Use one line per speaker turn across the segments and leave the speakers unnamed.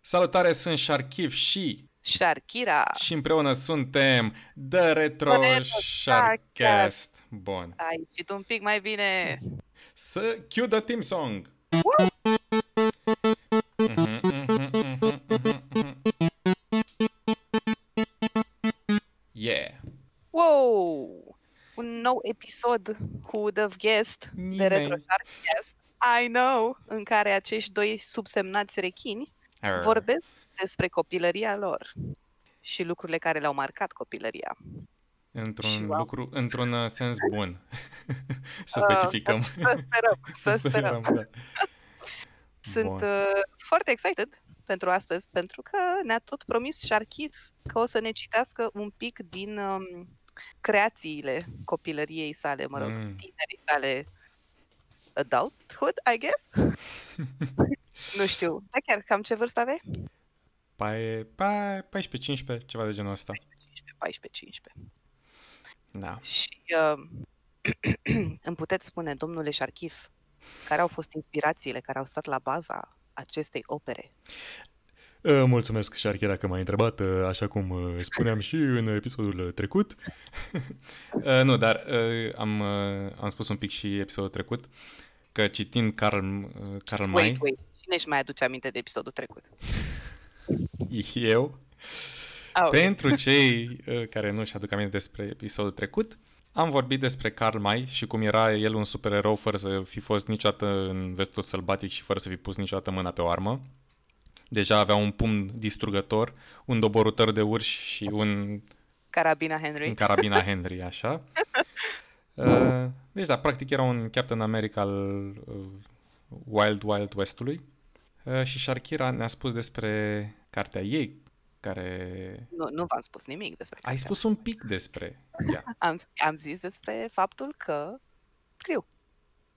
Salutare, sunt Sharkiv și
Sharkira.
și împreună suntem The Retro
Retro
Sharkcast. Bun.
Ai ieșit un pic mai bine.
Hm. Să cue the team song. Mhm, Yeah.
Wow! Un nou episod cu The Guest de
Nimeni.
Retro Shark Guest. I know, în care acești doi subsemnați rechini
Arr.
vorbesc despre copilăria lor și lucrurile care le-au marcat copilăria. și
Într-un
la-
lucru, într-un uh, sens bun. să
Uh,
specificăm.
Să sperăm, să sperăm.
da.
Sunt
Bun.
uh, foarte excited pentru astăzi, pentru că ne-a tot promis Sharkiv că o să ne citească un pic din um, creațiile copilăriei sale, mă rog,
Mm.
tinerii sale adulthood, I guess? nu știu. Da, chiar cam ce vârstă aveai?
Paie- paie- 14-15, ceva de genul ăsta.
15, 14, 15.
Da.
Și uh, îmi puteți spune, domnule Sharkiv, care au fost inspirațiile care au stat la baza acestei opere?
Uh, Mulțumesc, Șarchera, că m-ai întrebat, uh, așa cum uh, spuneam și în episodul uh, trecut. Uh, Nu, dar uh, am, uh, am spus un pic și episodul trecut că citind Karl, uh, Karl May,
Wait, wait. Cine își mai aduce aminte de episodul trecut?
eu,
Ah, ok.
pentru cei uh, care nu-și aduc aminte despre episodul trecut, am vorbit despre Karl May și cum era el un supererou fără să fi fost niciodată în vestul sălbatic și fără să fi pus niciodată mâna pe o armă. Deja avea un pumn distrugător, un doborător de urși și un
Carabina Henry.
În carabina Henry, așa. Uh, Deci, da, practic era un Captain America al uh, Wild Wild Westului. Uh, Și Sharkira ne-a spus despre cartea ei, care...
Nu, nu v-am spus nimic despre
Ai
cartea.
spus un pic despre ea.
Am, am zis despre faptul că scriu,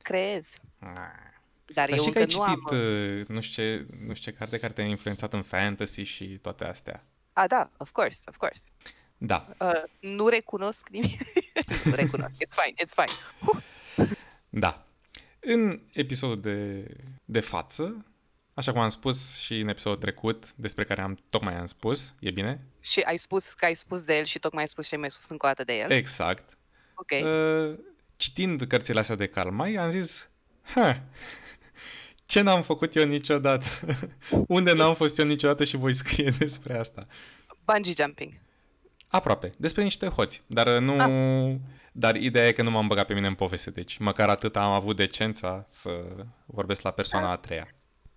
creez,
Ah.
dar,
Dar
eu
și că
încă
ai
nu
citit,
am...
uh, nu, știu ce, nu știu ce carte care te-a influențat în fantasy și toate astea.
A, da, of course, of course.
Da,
Uh, nu recunosc nimic. nu recunosc. It's fine, it's fine.
Da. În episodul de, de față, așa cum am spus și în episodul trecut, despre care am tocmai am spus, e bine?
Și ai spus că ai spus de el și tocmai ai spus și ai mai spus încă o dată de el.
Exact.
ok.
Uh, Citind cărțile astea de Karl May, am zis, ha, ce n-am făcut eu niciodată? Unde n-am fost eu niciodată și voi scrie despre asta?
Bungee jumping.
Aproape, despre niște hoți, dar uh, nu... Dar ideea e că nu m-am băgat pe mine în poveste, deci măcar atât am avut decența să vorbesc la persoana a treia.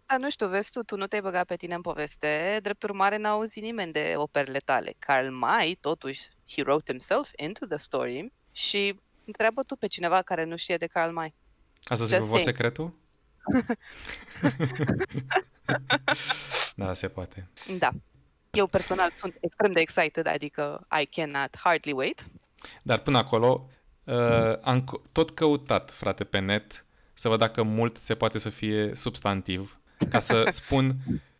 Dar nu știu, vezi tu, tu nu te-ai băgat pe tine în poveste, drept urmare n-a auzit nimeni de operele tale. Karl May, totuși, he wrote himself into the story și întreabă tu pe cineva care nu știe de Karl May.
Asta
Ce
se vă
sing?
secretul? da, se poate.
Da. Eu personal sunt extrem de excited, adică I cannot hardly wait.
Dar până acolo uh, am co- tot căutat, frate, pe net să văd dacă mult se poate să fie substantiv, ca să spun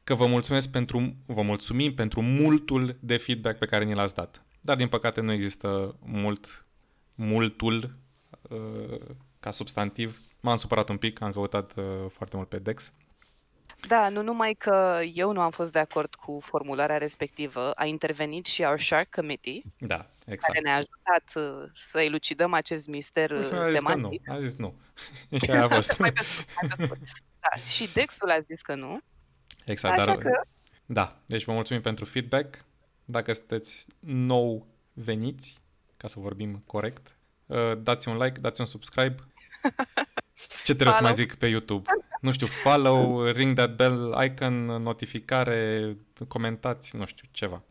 că vă mulțumesc pentru, vă mulțumim pentru multul de feedback pe care ni l-ați dat. Dar din păcate nu există mult, multul uh, ca substantiv. M-am supărat un pic, am căutat uh, foarte mult pe Dex.
Da, nu numai că eu nu am fost de acord cu formularea respectivă, a intervenit și our Shark Committee,
Da, exact.
care ne-a ajutat uh, să elucidăm acest mister uh,
Nu, și-a Păi zis că nu.
semantic.
A zis nu. și aia a fost.
Mai pe scurt, mai pe scurt. Da, și Dexul a zis că nu,
exact,
așa
dar...
că
Da, deci vă mulțumim pentru feedback. Dacă sunteți nou veniți, ca să vorbim corect, uh, dați un like, dați un subscribe. Ce trebuie să
Follow.
mai zic pe YouTube? Nu știu, follow, ring that bell icon, notificare, comentați, nu știu, ceva.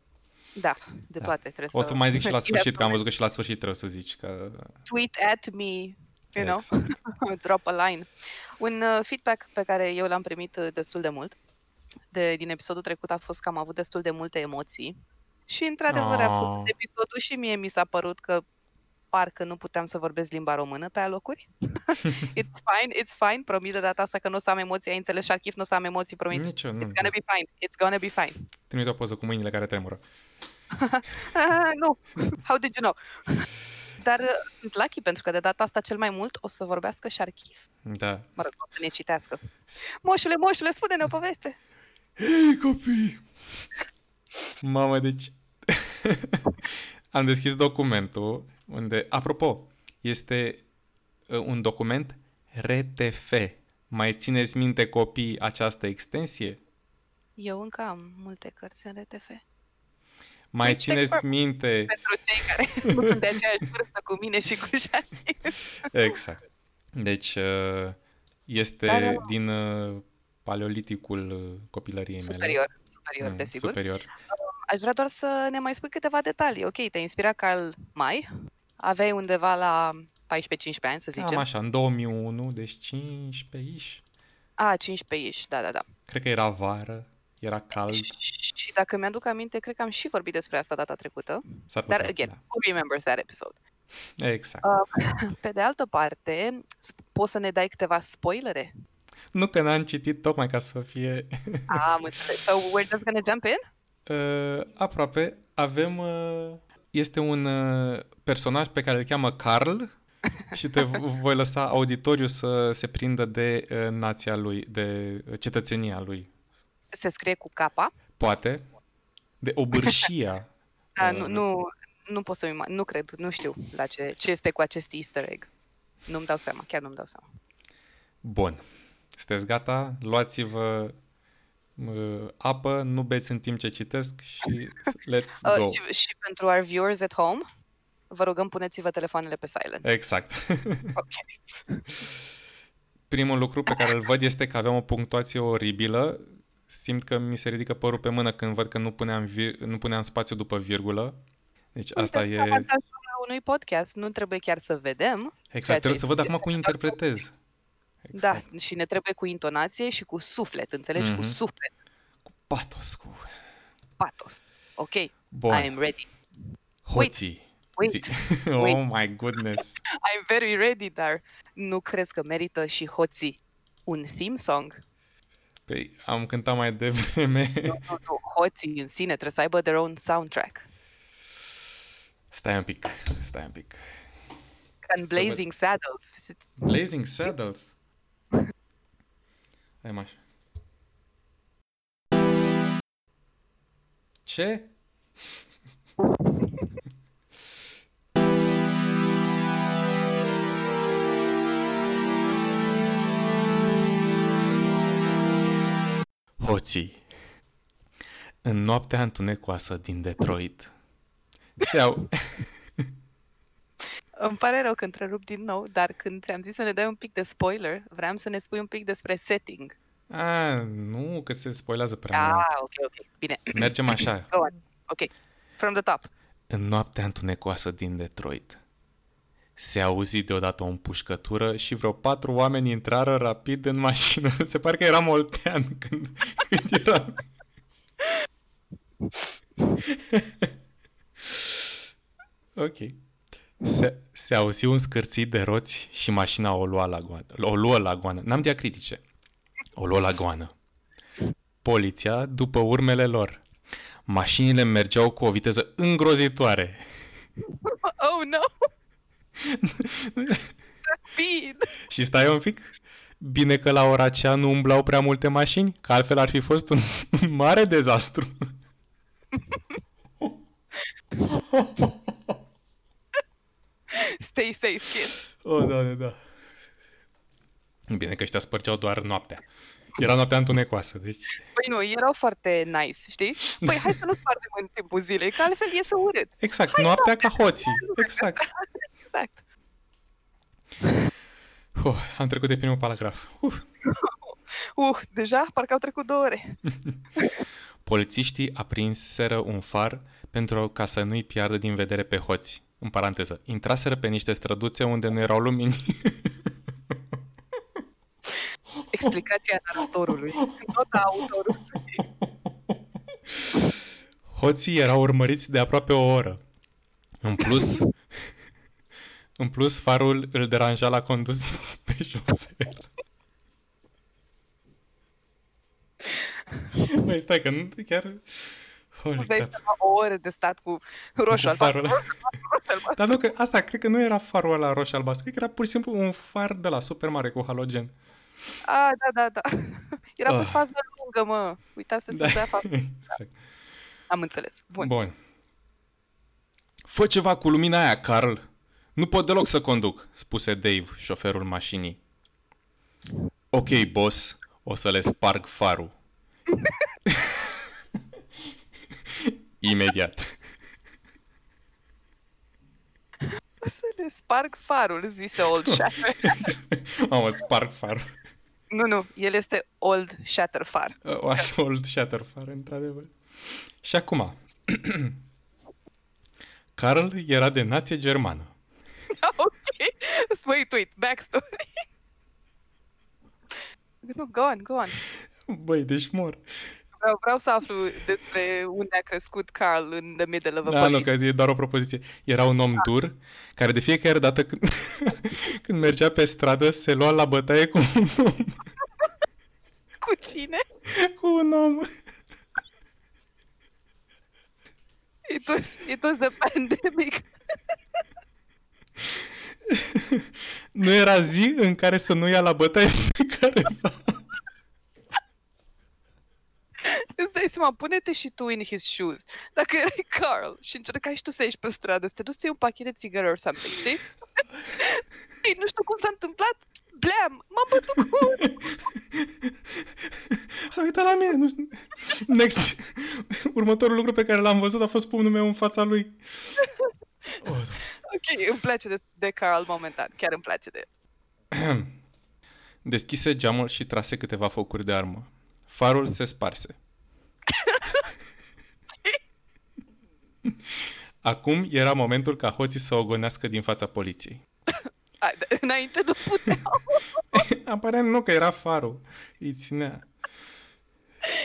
da, de
Da.
toate trebuie
O
să...
să mai zic și la sfârșit, că
Exact.
am văzut că și la sfârșit trebuie să zici că...
Tweet at me, you know, drop a line. Un uh, feedback pe care eu l-am primit uh, destul de mult de, din episodul trecut a fost că am avut destul de multe emoții și, într-adevăr,
Aw.
ascultând episodul și mie mi s-a părut că parcă nu puteam să vorbesc limba română pe alocuri. it's fine, it's fine, promit de data asta că nu o să am emoții, ai înțeles, Sharkif, nu o să am emoții, promit.
Nici eu nu.
It's gonna be fine, it's gonna be fine.
Trimite o poză cu mâinile care tremură.
Ah, nu, how did you know? Dar uh, sunt lucky pentru că de data asta cel mai mult o să vorbească Sharkif.
Da.
Mă rog, o să ne citească. Moșule, moșule, spune-ne o poveste.
Hei, copii! Mamă, deci... Am deschis documentul unde, apropo, este uh, un document RTF. Mai țineți minte, copii, această extensie?
Eu încă am multe cărți în RTF.
Mai
Deci,
țineți
exact.
minte...
Pentru cei care nu sunt de aceeași vârstă cu mine și cu Jani.
Exact. Deci, uh, este
Da, da, da.
din uh, paleoliticul uh, copilăriei mele.
Superior, superior,
Mm,
desigur.
Superior.
Aș vrea doar să ne mai spui câteva detalii. Ok, te-a inspirat Carl Mai. Aveai undeva la 14-15 ani, să
Cam
zicem.
așa, în 2001, deci 15 ish.
A, 15 ish, da, da, da.
Cred că era vară, era cald.
Și, și dacă mi-aduc aminte, cred că am și vorbit despre asta data trecută.
S-ar
Dar,
putea,
again, who remembers that episode?
da. Exact.
Pe de altă parte, sp- poți să ne dai câteva spoilere?
Nu că n-am citit tocmai ca să fie
Am înțeles. So, we're just gonna jump in?
Uh, aproape avem... Uh, este un uh, personaj pe care îl cheamă Carl și te v- voi lăsa auditoriu să se prindă de uh, nația lui, de uh, cetățenia lui.
Se scrie cu da? capa.
Poate. De obârșia.
Da,
Uh,
nu, nu, nu pot să nu cred, nu știu la ce, ce este cu acest easter egg. Nu-mi dau seama, chiar nu-mi dau seama.
Bun. Sunteți gata? Luați-vă uh, apă, nu beți în timp ce citesc și let's
Uh,
go.
și, și pentru our viewers at home, vă rugăm puneți-vă telefoanele pe silent.
Exact.
Ok.
Primul lucru pe care îl văd este că aveam o punctuație oribilă. Simt că mi se ridică părul pe mână când văd că nu puneam, vir- nu puneam spațiu după virgulă. Deci asta
Uite,
e...
da. avantajul unui podcast, nu trebuie chiar să vedem, ceea
Exact,
ce
trebuie să văd
este-
acum cum interpretez. Exact.
da, și ne trebuie cu intonație și cu suflet, înțelegi? Cu
Mhm.
suflet,
Cu patos, cu...
patos. Ok, I
Bun,
am ready.
hoții.
Wait,
Zi. oh my goodness.
I'm very ready, dar nu crezi că merită și hoții un theme song?
Păi, am cântat mai devreme.
Nu, nu, nu, hoții în sine trebuie să aibă their own soundtrack.
Stai un pic, stai un pic.
Ca în
văd.
Blazing Saddles.
Blazing Saddles. Hai mai. Ce? Hoții. În noaptea întunecoasă din Detroit. Se au...
Îmi pare rău că întrerup din nou, dar când ți-am zis să ne dai un pic de spoiler, vreau să ne spui un pic despre setting.
A, nu, că se spoilează prea mult.
Ah, ok, ok. Bine,
Mergem așa.
go on. Ok, from the top.
În noaptea întunecoasă din Detroit. Se auzi deodată o împușcătură și vreo patru oameni intrară rapid în mașină. Se pare că era Moltean când, când era... ok. Se, se auzi un scârțit de roți și mașina o lua la goană. O luă la goană. N-am diacritice. O luă la goană. Poliția după urmele lor. Mașinile mergeau cu o viteză îngrozitoare.
Oh, no! The speed!
Și stai un pic. Bine că la ora aceea nu umblau prea multe mașini, că altfel ar fi fost un, un mare dezastru.
Stay safe, kid.
Oh, da, da, da. Bine că ăștia spărgeau doar noaptea. Era noaptea întunecoasă, deci...
Păi nu, erau foarte nice, știi? Păi hai să nu spargem în timpul zilei, că altfel e să urât.
Exact, noaptea ca hoții. Exact.
Exact.
Uh, am trecut de primul paragraf. Uh.
Uh, deja? Parcă au trecut două ore.
Polițiștii aprinseră un far pentru ca să nu-i piardă din vedere pe hoți. În paranteză, intraseră pe niște străduțe unde nu erau lumini.
Explicația naratorului. Nota autorului.
Hoții erau urmăriți de aproape o oră. În plus, în plus farul îl deranja la condus pe șofer. Băi, stai că nu chiar... Holy
Vezi
crap.
să o oră de stat cu roșu
Cu
al
farul ăla.
albastru.
Dar nu, că asta cred că nu era farul ăla roșu albastru, cred că era pur și simplu un far de la super mare cu halogen.
A, da, da, da. Era pe
Ah.
fază lungă, fugă, mă. Uitați să
Da.
se dea fapt.
Exact.
Am înțeles. Bun.
Bun. Fă ceva cu lumina aia, Carl. Nu pot deloc să conduc, spuse Dave, șoferul mașinii. Ok, boss, o să le sparg farul. Imediat.
O să le sparg farul, zise Old Shatter.
Mamă, sparg farul.
nu, nu, el este Old Shatter Far.
O așa old shatter far, într-adevăr. Și acum. Carl era de nație germană.
ok. Wait, wait, backstory. nu, go on, go on.
Băi, deci mor.
Vreau, vreau să aflu despre unde a crescut Carl în the middle of a
Da, nu, că
police.
e doar o propoziție. Era un om dur care de fiecare dată când, când mergea pe stradă se lua la bătaie cu un om.
Cu cine?
Cu un om.
It was, it was the pandemic.
Nu era zi în care să nu ia la bătaie pe careva.
Îți dai seama, pune-te și tu in his shoes. Dacă erai Carl și încercai și tu să ieși pe stradă, să te duci să iei un pachet de țigări or something, știi? Ei, nu știu cum s-a întâmplat, blam, m-am bătut cu...
S-a uitat la mine. Nu știu. Next. Următorul lucru pe care l-am văzut a fost pumnul meu în fața lui. Oh,
Ok, îmi place de, de Carl momentan, chiar îmi place de el.
Deschise geamul și trase câteva focuri de armă. Farul se sparse. Acum era momentul ca hoții să ogonească din fața poliției.
Hai, de, înainte nu puteau,
Aparent nu, că era farul. Îi ținea.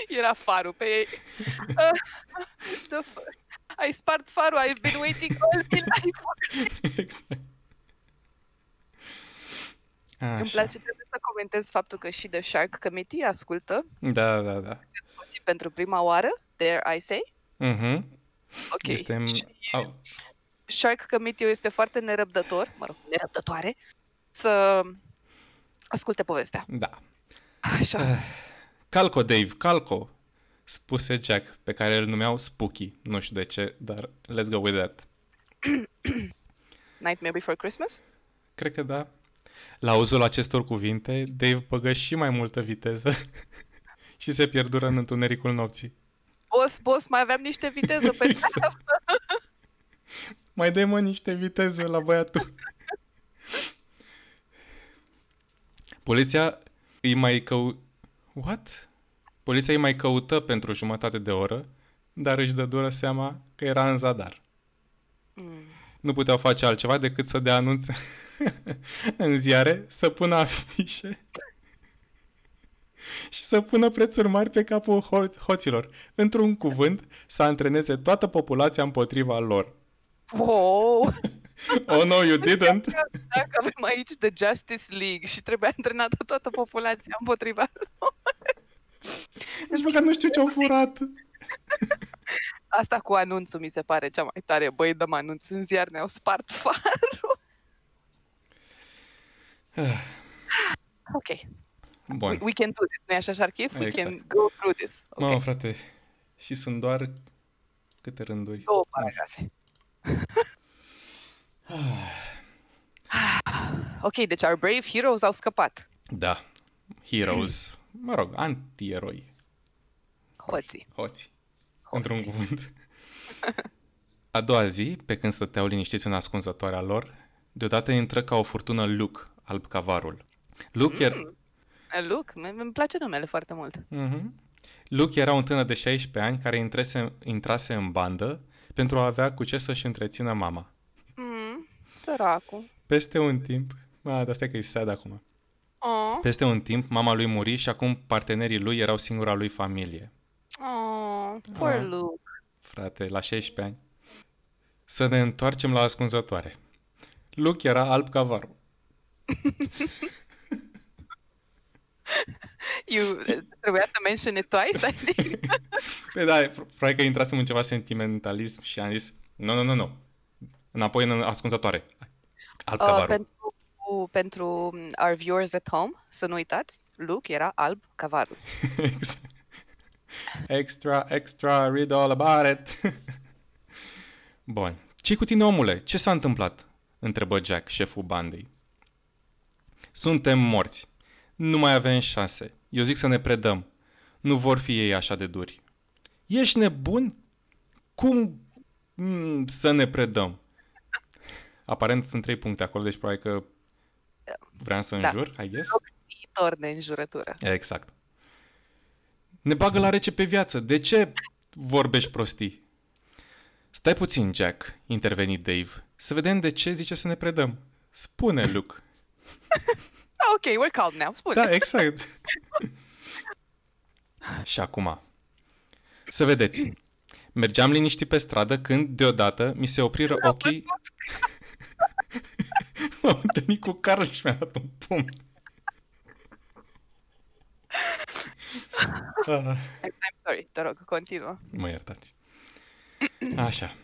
era farul pe ei. Uh, the f- ai spart farul, I've been waiting all the night for
exact.
Îmi
Așa.
place trebuie să comentez faptul că și The Shark Committee ascultă
Da, da, da.
discuții pentru prima oară, there I say.
Mhm.
Ok.
Este...
Și
Au.
Shark Committee este foarte nerăbdător, mă rog, nerăbdătoare, să asculte povestea.
Da.
Așa.
Calco, Dave, calco, spuse Jack, pe care îl numeau Spooky. Nu știu de ce, dar let's go with that.
Nightmare Before Christmas?
Cred că da. La auzul acestor cuvinte, Dave băgă și mai multă viteză și se pierdură în întunericul nopții.
Boss, boss, mai aveam niște viteză pe treabă.
Mai dai mă niște viteză la băiatul. Poliția îi mai cău... What? Poliția îi mai căută pentru jumătate de oră, dar își dă dură seama că era în zadar.
Mm.
Nu puteau face altceva decât să dea anunț în ziare, să pună afișe și să pună prețuri mari pe capul ho- hoților. Într-un cuvânt, să antreneze toată populația împotriva lor.
Wow!
Oh, no, you didn't!
Dacă avem aici The Justice League și trebuie antrenată toată populația împotriva lor.
Nici măcar deci nu știu ce-au furat.
Asta cu anunțul mi se pare cea mai tare. Băi, dăm anunț în ziar, ne-au spart farul. ok,
Bun,
we, we can do this, nu-i așa, Sharkif? We
Exact.
can go through this. Ok,
mamă, frate. Și sunt doar câte rânduri.
două paragrafe. ok, deci our brave heroes au scăpat.
Da, heroes. Mă rog, antieroi.
Hoții.
Hoți. Într-un cuvânt. A doua zi, pe când stăteau liniștiți în ascunzătoarea lor, deodată intră ca o furtună Luke, alb cavarul. Luke, er-
Eh, Luke, mi- îmi place numele foarte mult.
Mhm. Luke era un tânăr de 16 ani care intrese, intrase în bandă pentru a avea cu ce să-și întrețină mama.
Mm, săracul.
Peste un timp... Ma, dar stai că e sad acum.
Oh,
Peste un timp, mama lui muri și acum partenerii lui erau singura lui familie.
oh, poor
Ah.
Luke.
Frate, la 16 ani. Să ne întoarcem la ascunzătoare. Luke era alb ca varul.
You, eh, trebuia să mention it twice, I think.
Păi da, pro- probabil că intrasem în ceva sentimentalism și am zis, nu, nu, nu, nu. Înapoi în ascunzătoare. Alb ca
Uh,
varul.
pentru, mm, pentru our viewers at home, să nu uitați, Luke era alb cavarul.
Exact. Extra, extra, read all about it. Bun. ce cu tine, omule? Ce s-a întâmplat? Întrebă Jack, șeful bandei. Suntem morți. Nu mai avem șanse. Eu zic să ne predăm. Nu vor fi ei așa de duri. Ești nebun? Cum mm, să ne predăm? Aparent sunt trei puncte acolo, deci probabil că vreau să
Da.
înjur, I guess.
Tor de înjurătură.
Exact. Ne bagă la rece pe viață. De ce vorbești prostii? Stai puțin, Jack, interveni Dave. Să vedem de ce zice să ne predăm. Spune, Luke.
Ah, ok, we're calm now, spune.
Da, exact. Și acum. Să vedeți. Mergeam liniștit pe stradă când, deodată, mi se opriră ochii... M-am întâlnit cu Carl și mi-a dat un pumn. Ah.
I'm sorry, te rog, continuă.
Mă iertați. Așa.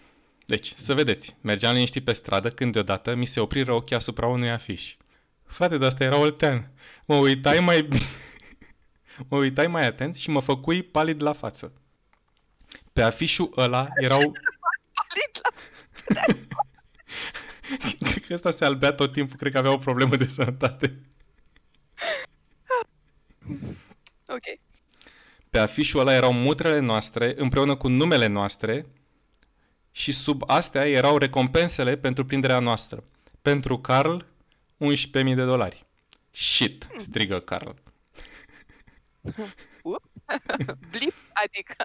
Deci, să vedeți. Mergeam liniștit pe stradă când deodată mi se opriră ochii asupra unui afiș. Frate, dar asta era Oltean. Mă uitai mai... bi- mă uitai mai atent și mă făcui palid la față. Pe afișul ăla erau...
Palid la...
cred că ăsta se albea tot timpul, cred că avea o problemă de sănătate.
Ok.
Pe afișul ăla erau mutrele noastre împreună cu numele noastre și sub astea erau recompensele pentru prinderea noastră. Pentru Carl, 11.000 de dolari. Shit, strigă Carl.
Ups. Blip, adică...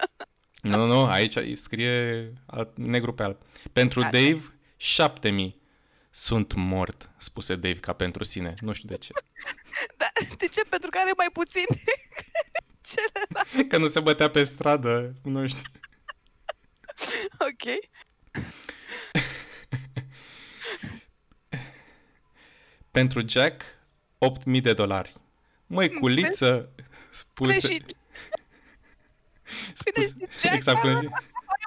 Nu, nu, nu, aici îi scrie alb- negru pe alb. Pentru
Așa.
Dave, 7.000. Sunt mort, spuse Dave ca pentru sine. Nu știu de ce.
Da, de ce? Pentru că are mai puțin celălalt.
Că nu se bătea pe stradă, nu știu.
Ok.
Pentru Jack, 8.000 de dolari. Măi, culiță,
Bine,
spuse...
și bine și Jack
exact,
exact,
până-
mai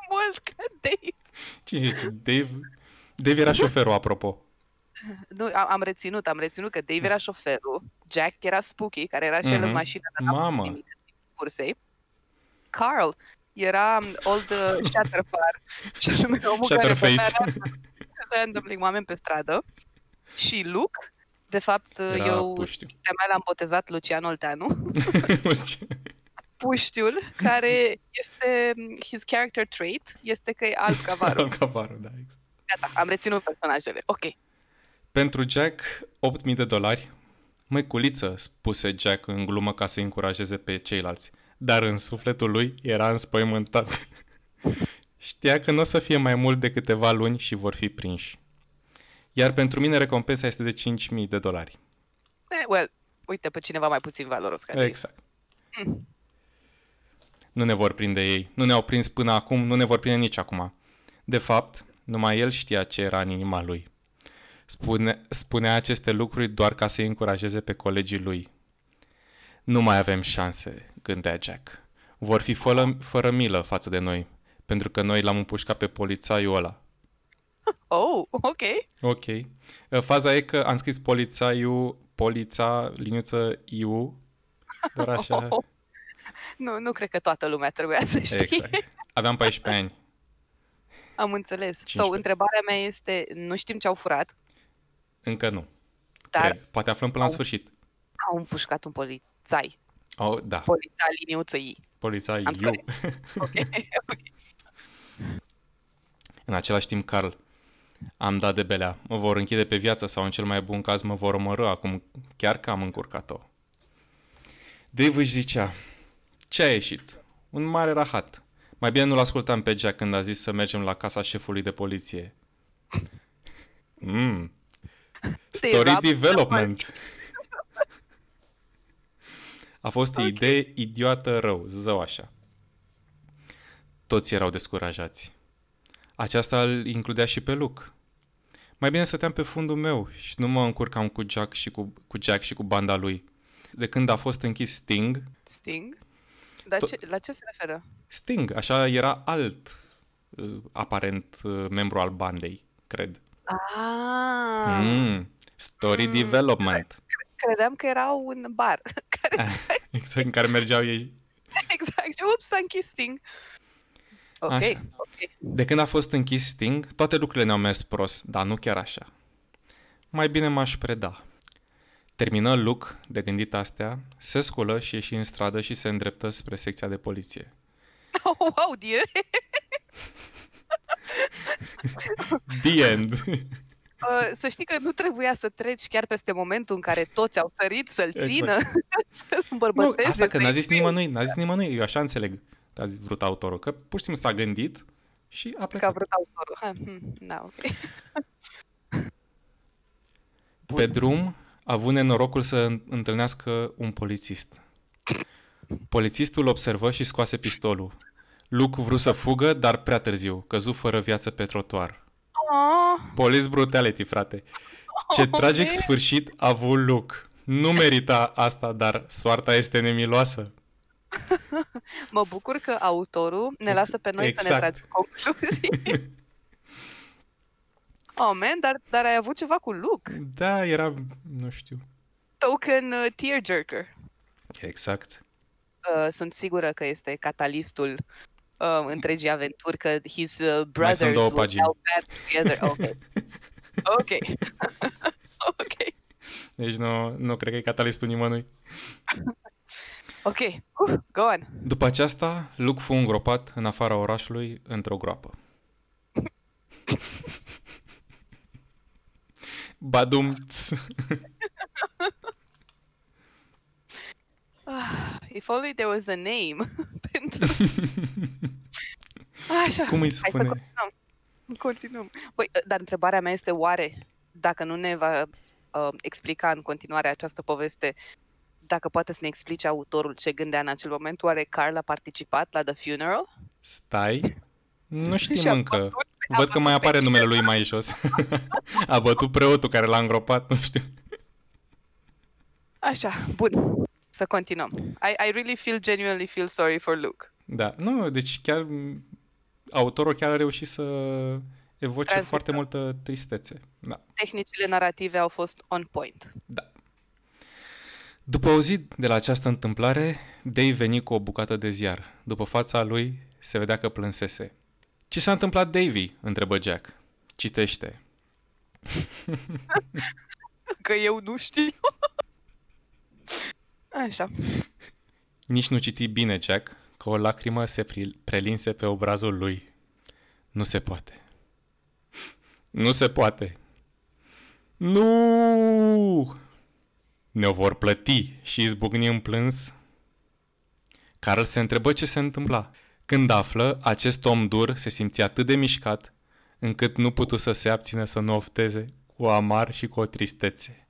mult ca Dave.
Cine zice? Dave? Dave era șoferul, apropo.
Nu, am, am reținut, am reținut că Dave era șoferul, Jack era Spooky, care era și el
Mhm.
în mașină la
Mamă.
dimineața cursei, Carl era old uh, Shatterfire și anume omul care
Shutterface.
bătea randomly oameni pe stradă și Luke, de fapt, uh,
Era
eu
puștiu.
mintea mea l-am botezat Lucian Olteanu.
Orice.
puștiul, care este mm, his character trait, este că e alb cavarul.
Cavarul, da, exact.
Gata, am reținut personajele. Ok. Eh,
Pentru Jack, 8.000 de dolari. Măi, culiță, spuse Jack în glumă ca să încurajeze pe ceilalți. Dar în sufletul lui era înspăimântat. Știa că nu o să fie mai mult de câteva luni și vor fi prinși. Iar pentru mine recompensa este de 5.000 de dolari.
Eh, well, uite pe cineva mai puțin valoros ca Dave.
Exact. Nu ne vor prinde ei. Nu ne-au prins până acum, nu ne vor prinde nici acum. De fapt, numai el știa ce era în inima lui. Spune, spunea aceste lucruri doar ca să-i încurajeze pe colegii lui. Nu mai avem șanse, gândea Jack. Vor fi fără, fără milă față de noi, pentru că noi l-am împușcat pe polițaiul ăla.
Oh, ok.
Ok. Faza e că am scris polițaiul, polița, liniuță, iu, doar așa.
Oh. Nu, nu cred că toată lumea trebuia să știe.
Exact. Aveam 14 ani.
Am înțeles. Sau
15.
întrebarea mea este, nu știm ce au furat,
Încă nu.
dar
Cred. Poate aflăm până la
Au-
sfârșit.
au împușcat un polițai.
Oh, da,
Polița liniuță ei.
polița
Am
eu.
scoate. Ok. okay.
În același timp, Carl, am dat de belea. Mă vor închide pe viață sau, în cel mai bun caz, mă vor omorâ acum, chiar că am încurcat-o. Dave își zicea, ce a ieșit? Un mare rahat. Mai bine nu-l ascultam pe Jack când a zis să mergem la casa șefului de poliție. Mm. Story
Rob-
development. A fost o idee idiotă rău, zău așa. Toți erau descurajați. Aceasta îl includea și pe Luke. Mai bine stăteam pe fundul meu și nu mă încurcam cu Jack și cu, cu, Jack și cu banda lui. De când a fost închis Sting,
Sting? Dar
To-
ce, la ce se referă?
Sting, așa era alt uh, aparent uh, membru al bandei, cred.
Ah,
Mm. Story
Mm.
development.
credeam că era un bar.
Exact, în care mergeau ei.
Exact. Și ups, s-a închis Sting. Ok,
Așa.
ok.
De când a fost închis Sting, toate lucrurile ne-au mers prost, dar nu chiar așa. Mai bine m-aș preda. Termină Luke, de gândit astea, se sculă și ieși în stradă și se îndreptă spre secția de poliție.
Oh, wow, direct.
The end!
Uh, să știi că nu trebuia să treci chiar peste momentul în care toți au sărit să-l
Exact.
țină, să-l
nu,
îmbărbăteze.
asta că
să-i
n-a zis
scriu.
nimănui, n-a zis nimănui, eu așa înțeleg că a zis vrut autorul, că pur și simplu s-a gândit și a
Că a
plecat.
vrut autorul. Ha, hm, da, ok.
Pe drum, a avut nenorocul să în- întâlnească un polițist. Polițistul observă și scoase pistolul. Luke vrut să fugă, dar prea târziu, căzu fără viață pe trotuar.
Oh,
Police brutality, frate. Ce tragic sfârșit a avut Luke. Nu merita asta, dar soarta este nemiloasă.
mă bucur că autorul ne lasă pe noi să ne
Exact.
tragem concluzii. oh, man, dar, dar ai avut ceva cu Luke.
Da, era, nu știu.
Token uh, tearjerker.
Exact.
Uh, sunt sigură că este catalistul uh, întregii aventuri, că his uh, brothers
Mm. sunt două
were
pagini.
now bad together. Ok. Ok. ok.
Deci nu, nu cred că e catalistul nimănui.
Ok. Uh, go on.
După aceasta, Luke fu îngropat în afara orașului într-o groapă. Badum. ts.
Ah, if only there was a name pentru... Așa.
Cum îi
Hai să
spune?
continuăm. Continuăm. Băi, dar întrebarea mea este oare, dacă nu ne va uh, explica în continuare această poveste, dacă poate să ne explice autorul ce gândea în acel moment, oare Carl a participat la The Funeral?
Stai? Nu
Și
știm
a
încă.
bătut- a
Văd că mai
bătut pe
apare numele lui mai jos. A bătut preotul care l-a îngropat, nu știu.
Așa, bun. Să continuăm. I, I really feel, genuinely feel sorry for Luke.
Da, nu, deci chiar m, autorul chiar a reușit să evoce
Transmită.
foarte multă tristețe. Da.
Tehnicile narrative au fost on point.
După o zi de la această întâmplare, Dave veni cu o bucată de ziar. După fața lui se vedea că plânsese. Ce s-a întâmplat, Davy? întrebă Jack. Citește.
Că eu nu știu. Așa.
Nici nu citi bine, Jack, că o lacrimă se pri- prelinse pe obrazul lui. Nu se poate. Nu se poate. Nu! Ne vor plăti și izbucni în plâns. Carl se întrebă ce se întâmpla. Când află, acest om dur se simțea atât de mișcat, încât nu putu să se abțină să nu ofteze cu amar și cu o tristețe.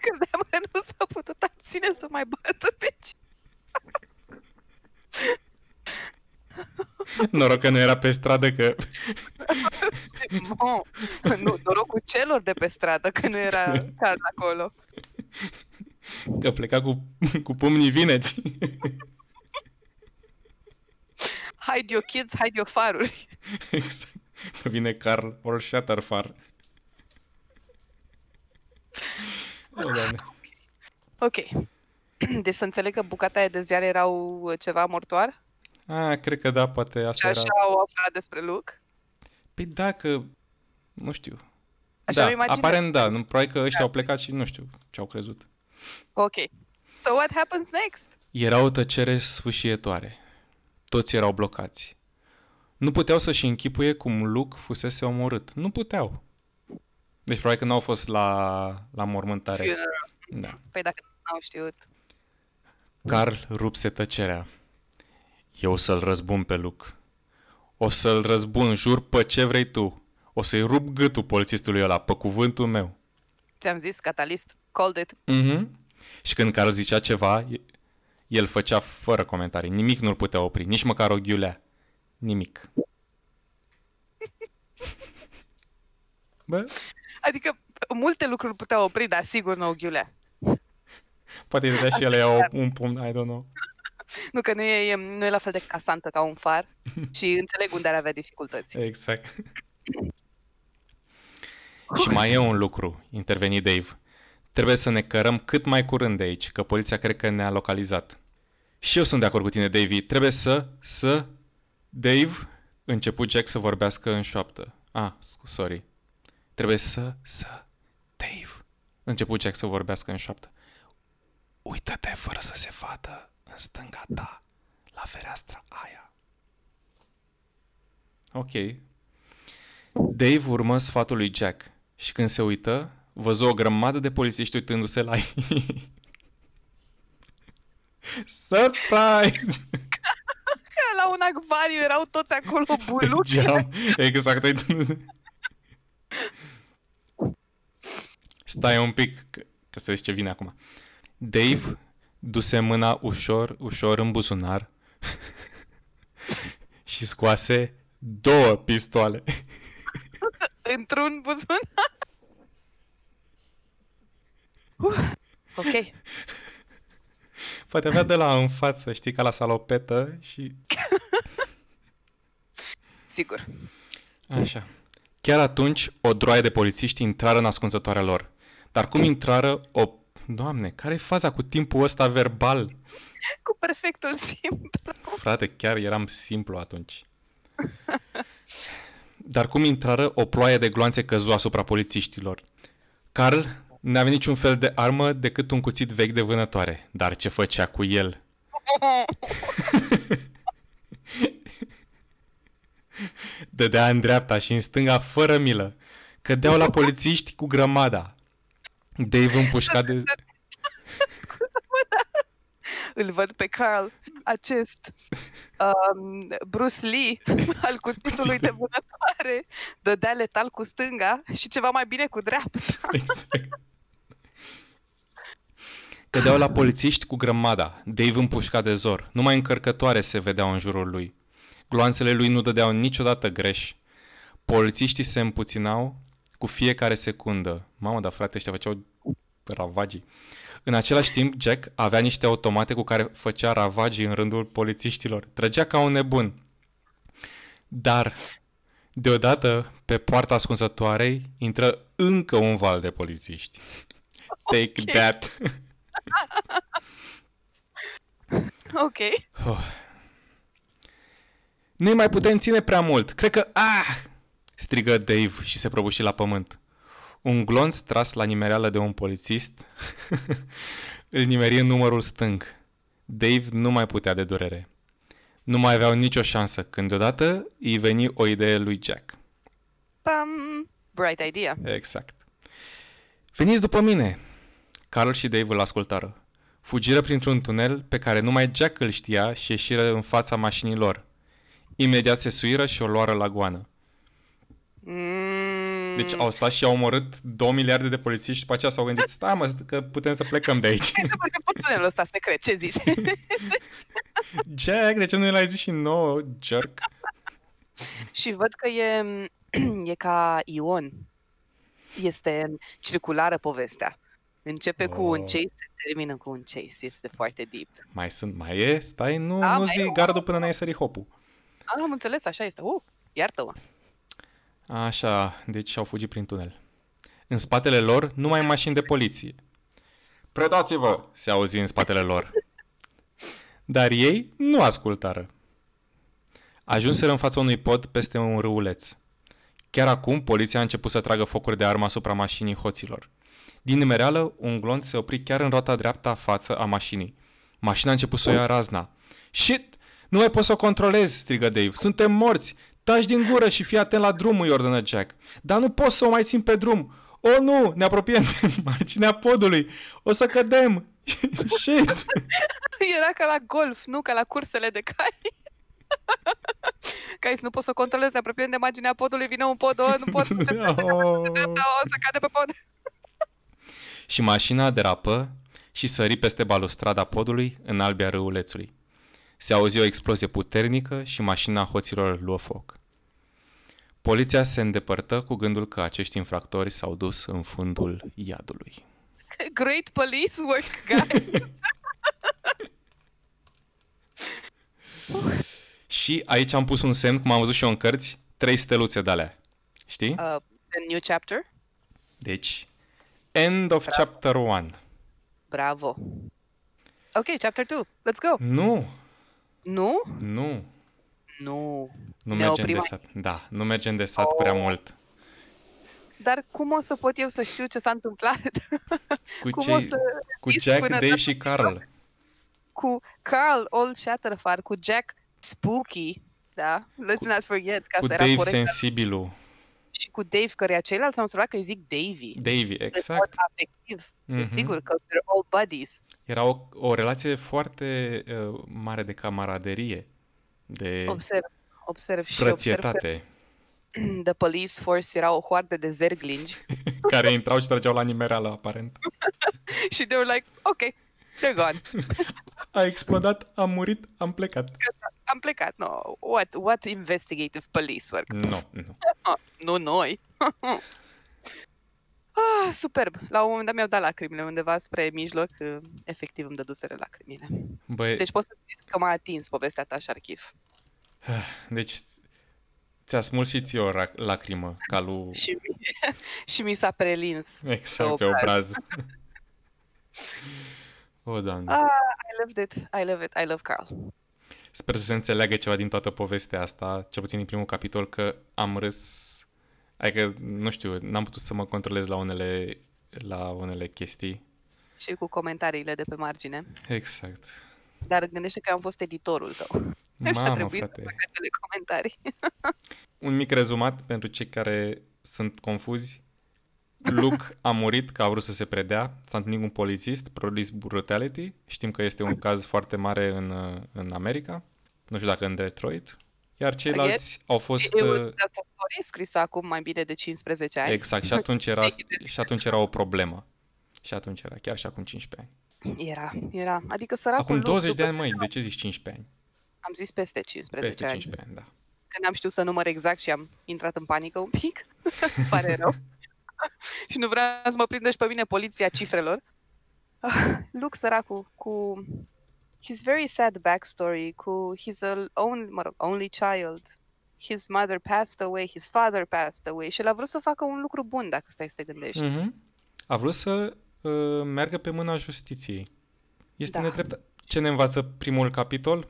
Credeam că nu s-a putut abține să mai bată pe cineva.
Noroc că nu era pe stradă, că
Mo, nu, norocul celor de pe stradă, că nu era Carl acolo.
Că pleca cu, cu pumnii vineți.
Hide your kids, hide your faruri.
exact. Că vine Carl or Shatterfar. O, Doamne.
Ok. Deci să înțeleg că bucata aia de ziare erau uh, ceva mortoar?
A, cred că da, poate
Și
asta era.
așa au aflat despre Luke?
Păi da, că... Nu știu.
Așa
da,
îmi imaginez.
aparent da. nu- Probabil că ăștia au plecat și nu știu ce au crezut.
Ok. So what happens next?
Era o tăcere sfâșietoare. Toți erau blocați. Nu puteau să-și închipuie cum Luke fusese omorât. Nu puteau. Deci probabil că n-au fost la, la mormântare.
Funeral.
Da.
Păi dacă n-au știut.
Carl rupse tăcerea. Eu o să-l răzbun pe Luc. O să-l răzbun, jur pe ce vrei tu. O să-i rup gâtul polițistului ăla, pe cuvântul meu.
Ți-am zis, catalist, called it.
Mhm. Și când Carl zicea ceva, e- el făcea fără comentarii. Nimic nu-l putea opri, nici măcar o ghiulea. Nimic. Bă,
Adică multe lucruri puteau opri, dar sigur nu o ghiulea.
poate îi dădea și el ia un pumn, I don't know.
Nu că nu e, e- nu e la fel de casantă ca un far și înțeleg unde ar avea dificultăți.
Exact. Și mai e un lucru, interveni Dave. Trebuie să ne cărăm cât mai curând de aici, că poliția cred că ne-a localizat. Și eu sunt de acord cu tine, Davey. Trebuie să, să... Dave, început Jack să vorbească în șoaptă. Ah, scu- sorry. Trebuie să, să... Dave, început Jack să vorbească în șoaptă. Uită-te fără să se vadă în stânga ta, la fereastra aia. Ok. Dave urmă sfatul lui Jack și când se uită, văzu o grămadă de polițiști uitându-se la ei. Surprise!
Că la un acvariu erau toți acolo
Pe
buluci.
geam, exact, uitându-se. Stai un pic, că, că să vezi ce vine acum. Dave duse mâna ușor, ușor în buzunar și scoase două pistoale.
într-un buzunar. Uh, ok,
Poate avea de la în față, știi, ca la salopetă și
sigur.
Așa. Chiar atunci, o droaie de polițiști intrară în ascunzătoarea lor. Dar cum intrară o... Doamne, care e faza cu timpul ăsta verbal?
Cu perfectul simplu.
Frate, chiar eram simplu atunci. Dar cum intrară, o ploaie de gloanțe căzu asupra polițiștilor. Carl n-avea niciun fel de armă decât un cuțit vechi de vânătoare. Dar ce făcea cu el? Dădea în dreapta și în stânga fără milă. Cădeau la polițiști cu grămada. Dave împușcat de...
Îl văd pe Carl, acest um, Bruce Lee al cuțitului de vânătoare, dădea letal cu stânga și ceva mai bine cu dreapta.
Exact. Cădeau la polițiști cu grămada, Dave împușcat de zor. Numai încărcătoare se vedeau în jurul lui. Gloanțele lui nu dădeau niciodată greș. Polițiștii se împuținau cu fiecare secundă. Mamă, dar frate, ăștia făceau ravagii. În același timp, Jack avea niște automate cu care făcea ravagii în rândul polițiștilor. Trăgea ca un nebun. Dar, deodată, pe poarta ascunzătoarei intră încă un val de polițiști. Take
Ok.
that!
Ok,
Nu-i mai putem ține prea mult. Cred că... Ah! strigă Dave și se prăbuși la pământ. Un glonț tras la nimereală de un polițist îl nimeri în numărul stâng. Dave nu mai putea de durere. Nu mai aveau nicio șansă când deodată îi veni o idee lui Jack.
pam, bright idea.
Exact. Veniți după mine! Carl și Dave îl ascultară. Fugiră printr-un tunel pe care numai Jack îl știa și ieșiră în fața mașinilor. Imediat se suiră și o luară la goană.
Mm,
Deci au stat și au omorât 2 miliarde de polițiști și după aceea s-au gândit, stai mă, că putem să plecăm de aici.
Hai să facem pe tunelul ăsta secret, ce zici?
Jack, de ce nu l-ai zis și nouă, jerk?
Și văd că e, e ca ion. Este circulară povestea. Începe cu un
Oh.
chase, se termină cu un chase. Este foarte deep.
Mai sunt, mai e? Stai, nu,
Da,
nu
mai e
zi
unul.
gardul până n-ai sărit hopul.
Ah, am înțeles, așa este. Uh, iartă-mă.
Așa, deci au fugit prin tunel. În spatele lor, numai mașini de poliție. Predați-vă! Se auzi în spatele lor. Dar ei nu ascultară. Ajunseră în fața unui pod peste un râuleț. Chiar acum, poliția a început să tragă focuri de armă asupra mașinii hoților. Din nimereală, un glonț se opri chiar în roata dreapta față a mașinii. Mașina a început să o ia razna. Shit! Nu mai pot să o controlez, strigă Dave. Suntem morți! Taci din gură și fii atent la drum, îi ordonă Jack. Dar nu pot să o mai țin pe drum. O, nu! Ne apropiem de marginea podului. O să cădem! Shit!
Era ca la golf, nu ca la cursele de cai. Cai, nu pot să o controlez, ne apropiem de marginea podului, vine un pod, oh, nu pot, nu știu,
Oh.
o să cade pe pod.
și mașina derapă și sări peste balustrada podului în albia râulețului. Se auzi o explozie puternică și mașina hoților luă foc. Poliția se îndepărtă cu gândul că acești infractori s-au dus în fundul iadului.
Great police work, guys.
Și aici am pus un semn, cum am văzut și eu în cărți, trei steluțe de alea. Știi?
Uh, a new chapter?
Deci, End of chapter 1.
Bravo. Ok, chapter 2. Let's go.
Nu,
Nu?
nu.
Nu.
Nu
Ne
mergem
oprim
de
aici. Oh,
sat. Da, nu mergem de sat prea mult.
Dar cum o să pot eu să știu ce s-a întâmplat?
Cu,
cum o
cei,
să...
cu
visc
Jack,
până
Dave
data
și Carl.
Cu Carl Old Shatterfire, cu Jack Spooky, da? Let's
Cu-
not forget, ca
Cu
să era
Dave
corect.
Sensibilu.
Și cu Dave, căreia ceilalți am observat că îi zic Davey.
Davey,
În mod
exact.
afectiv.
Mhm.
Mm-hmm. Sigur că they're all buddies.
Era o, o relație foarte uh, mare de camaraderie, de
Observ, observ și observ că
frățietate,
The Police Force era o hoardă de zerglingi
care intrau și trăgeau la nimereală, aparent.
și they were like, ok, they're gone.
A explodat, a murit, am plecat.
Deci Am plecat. No, what, what investigative police work?
Nu, nu.
Nu noi. ah, superb. La un moment dat mi-au dat lacrimile undeva spre mijloc. că Efectiv îmi dăduseră lacrimile.
Băi, deci,
Deci pot să zic că m-a atins povestea ta, Sharkif.
deci ți-a smuls și ție o ra- lacrimă, ca lui...
Și, mi- și mi s-a prelins.
Exact, pe
obraz.
obraz. o, doamne.
Ah. I loved it. I love it. I love Carl.
Sper să se înțeleagă ceva din toată povestea asta, cel puțin din primul capitol, că am râs... Adică, nu știu, n-am putut să mă controlez la unele, la unele chestii.
Și cu comentariile de pe margine.
Exact.
Dar gândește că eu am fost editorul tău. Și a
Mamă,
trebuit să
frate.
fac acele comentarii.
Un mic rezumat pentru cei care sunt confuzi. Luke a murit că a vrut să se predea, s-a întâlnit cu un polițist, police brutality, știm că este un caz foarte mare în, uh, în America, nu știu dacă în Detroit, iar ceilalți au fost...
Eu
uh,
asta story scrisă acum mai bine de 15 ani.
Exact, și atunci era, și atunci era o problemă. Și atunci era, chiar și acum 15 ani.
Era, era. Adică săracul
Acum
Luke,
20
după-
de ani, măi, de ce zici 15 ani?
Am zis peste 15
Peste
ani.
15 ani, da.
Că n-am știut să număr exact și am intrat în panică un pic. Îmi Pare rău. și nu vreau să mă prindă și pe mine poliția cifrelor. Ah, Luke, săracul, cu his very sad backstory, cu his al- only, mă rog, only child, his mother passed away, his father passed away și el a vrut să facă un lucru bun, dacă stai să te gândești.
Mhm. A vrut să uh, meargă pe mâna justiției. Este da.
Da.
nedreptate. Ce ne învață primul capitol?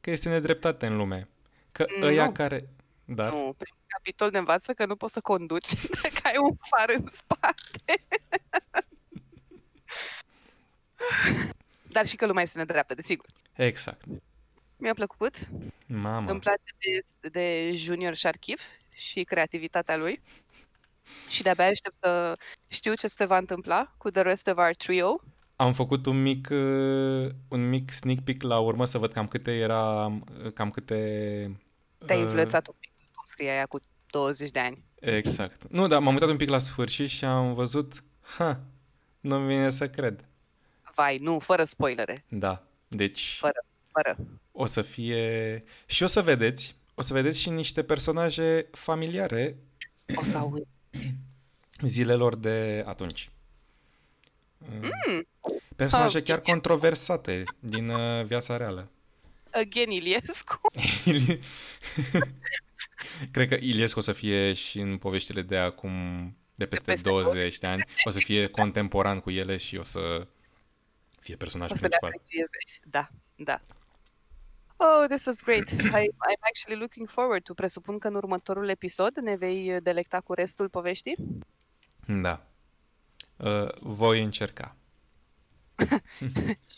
Că este nedreptate în lume. Că
Nu.
ăia care... Da, Dar
Nu, primul capitol ne învață că nu poți să conduci dacă ai un far în spate. Dar și că lumea este nedreaptă, desigur.
Exact.
Mi-a plăcut,
Mamă.
îmi place de, de Junior Sharkif și creativitatea lui. Și de-abia aștept să știu ce se va întâmpla cu The Rest of Our Trio.
Am făcut un mic, uh, un mic sneak peek la urmă să văd cam câte era... Cam câte...
Te-ai
uh,
influențat un pic cum scrie aia cu 20 de ani.
Exact. Nu, dar m-am uitat un pic la sfârșit și am văzut, ha, nu-mi vine să cred.
Vai, nu, fără spoilere,
Da, deci
Fără. fără.
o să fie... Și o să vedeți, o să vedeți și niște personaje familiare
O să aud.
zilelor de atunci. Mm. Personaje
Ah,
chiar controversate din uh, viața reală.
Again, Iliescu.
Ili- Cred că Iliescu o să fie și în poveștile de acum, de peste,
peste
20 de ani, o să fie contemporan cu ele și o să fie personaj
O să le
principal.
aprecieze. Da, da. Oh, this was great. I, I'm actually looking forward to. Presupun că în următorul episod ne vei uh, delecta cu restul poveștii.
Da. Uh, voi încerca.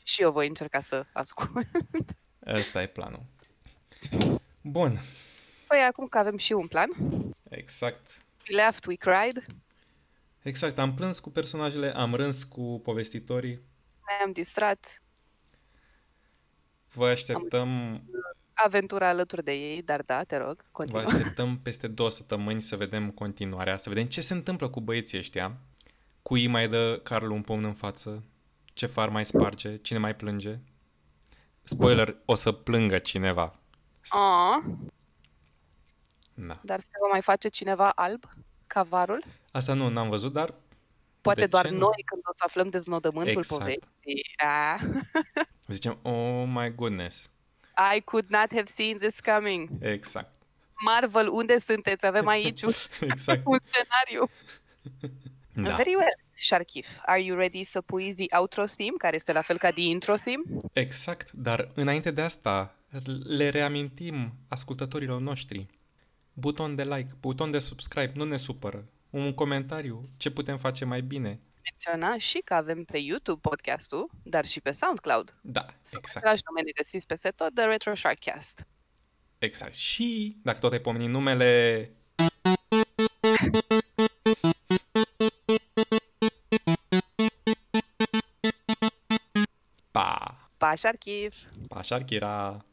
Și eu voi încerca să ascult.
Ăsta e planul. Bun,
Păi acum că avem și un plan.
exact.
We laughed, we cried,
Exact, am plâns cu personajele, am râns cu povestitorii.
ne-am distrat,
Vă așteptăm,
aventura alături de ei, dar da, te rog,
vă
continuă.
așteptăm peste două săptămâni să vedem continuarea, să vedem ce se întâmplă cu băieții ăștia. Cui mai dă Carl un pumn în față? Ce far mai sparge? Cine mai plânge? Spoiler, o să plângă cineva.
Ah,
Da.
dar se va mai face cineva alb? Cavarul?
Asta nu, n-am văzut, dar
Poate
De
doar
ce nu?
noi când o să aflăm deznodământul
Exact.
poveștii. Ah,
zicem, oh my goodness.
I could not have seen this coming.
Exact.
Marvel, unde sunteți? Avem aici un,
Exact.
un scenariu.
Da.
Very well. Sharkif, are you ready să pui the outro theme, care este la fel ca the intro theme?
Exact, dar înainte de asta le reamintim ascultătorilor noștri. Buton de like, buton de subscribe, nu ne supără. Un comentariu, ce putem face mai bine.
Menționa și că avem pe YouTube podcastul, dar și pe SoundCloud.
Da,
Sub
exact,
același nume ne găsiți peste tot, The Retro Sharkcast.
exact. Și dacă tot ai pomenit numele, pa,
Pa, Sharkif!
pa, Sharkira.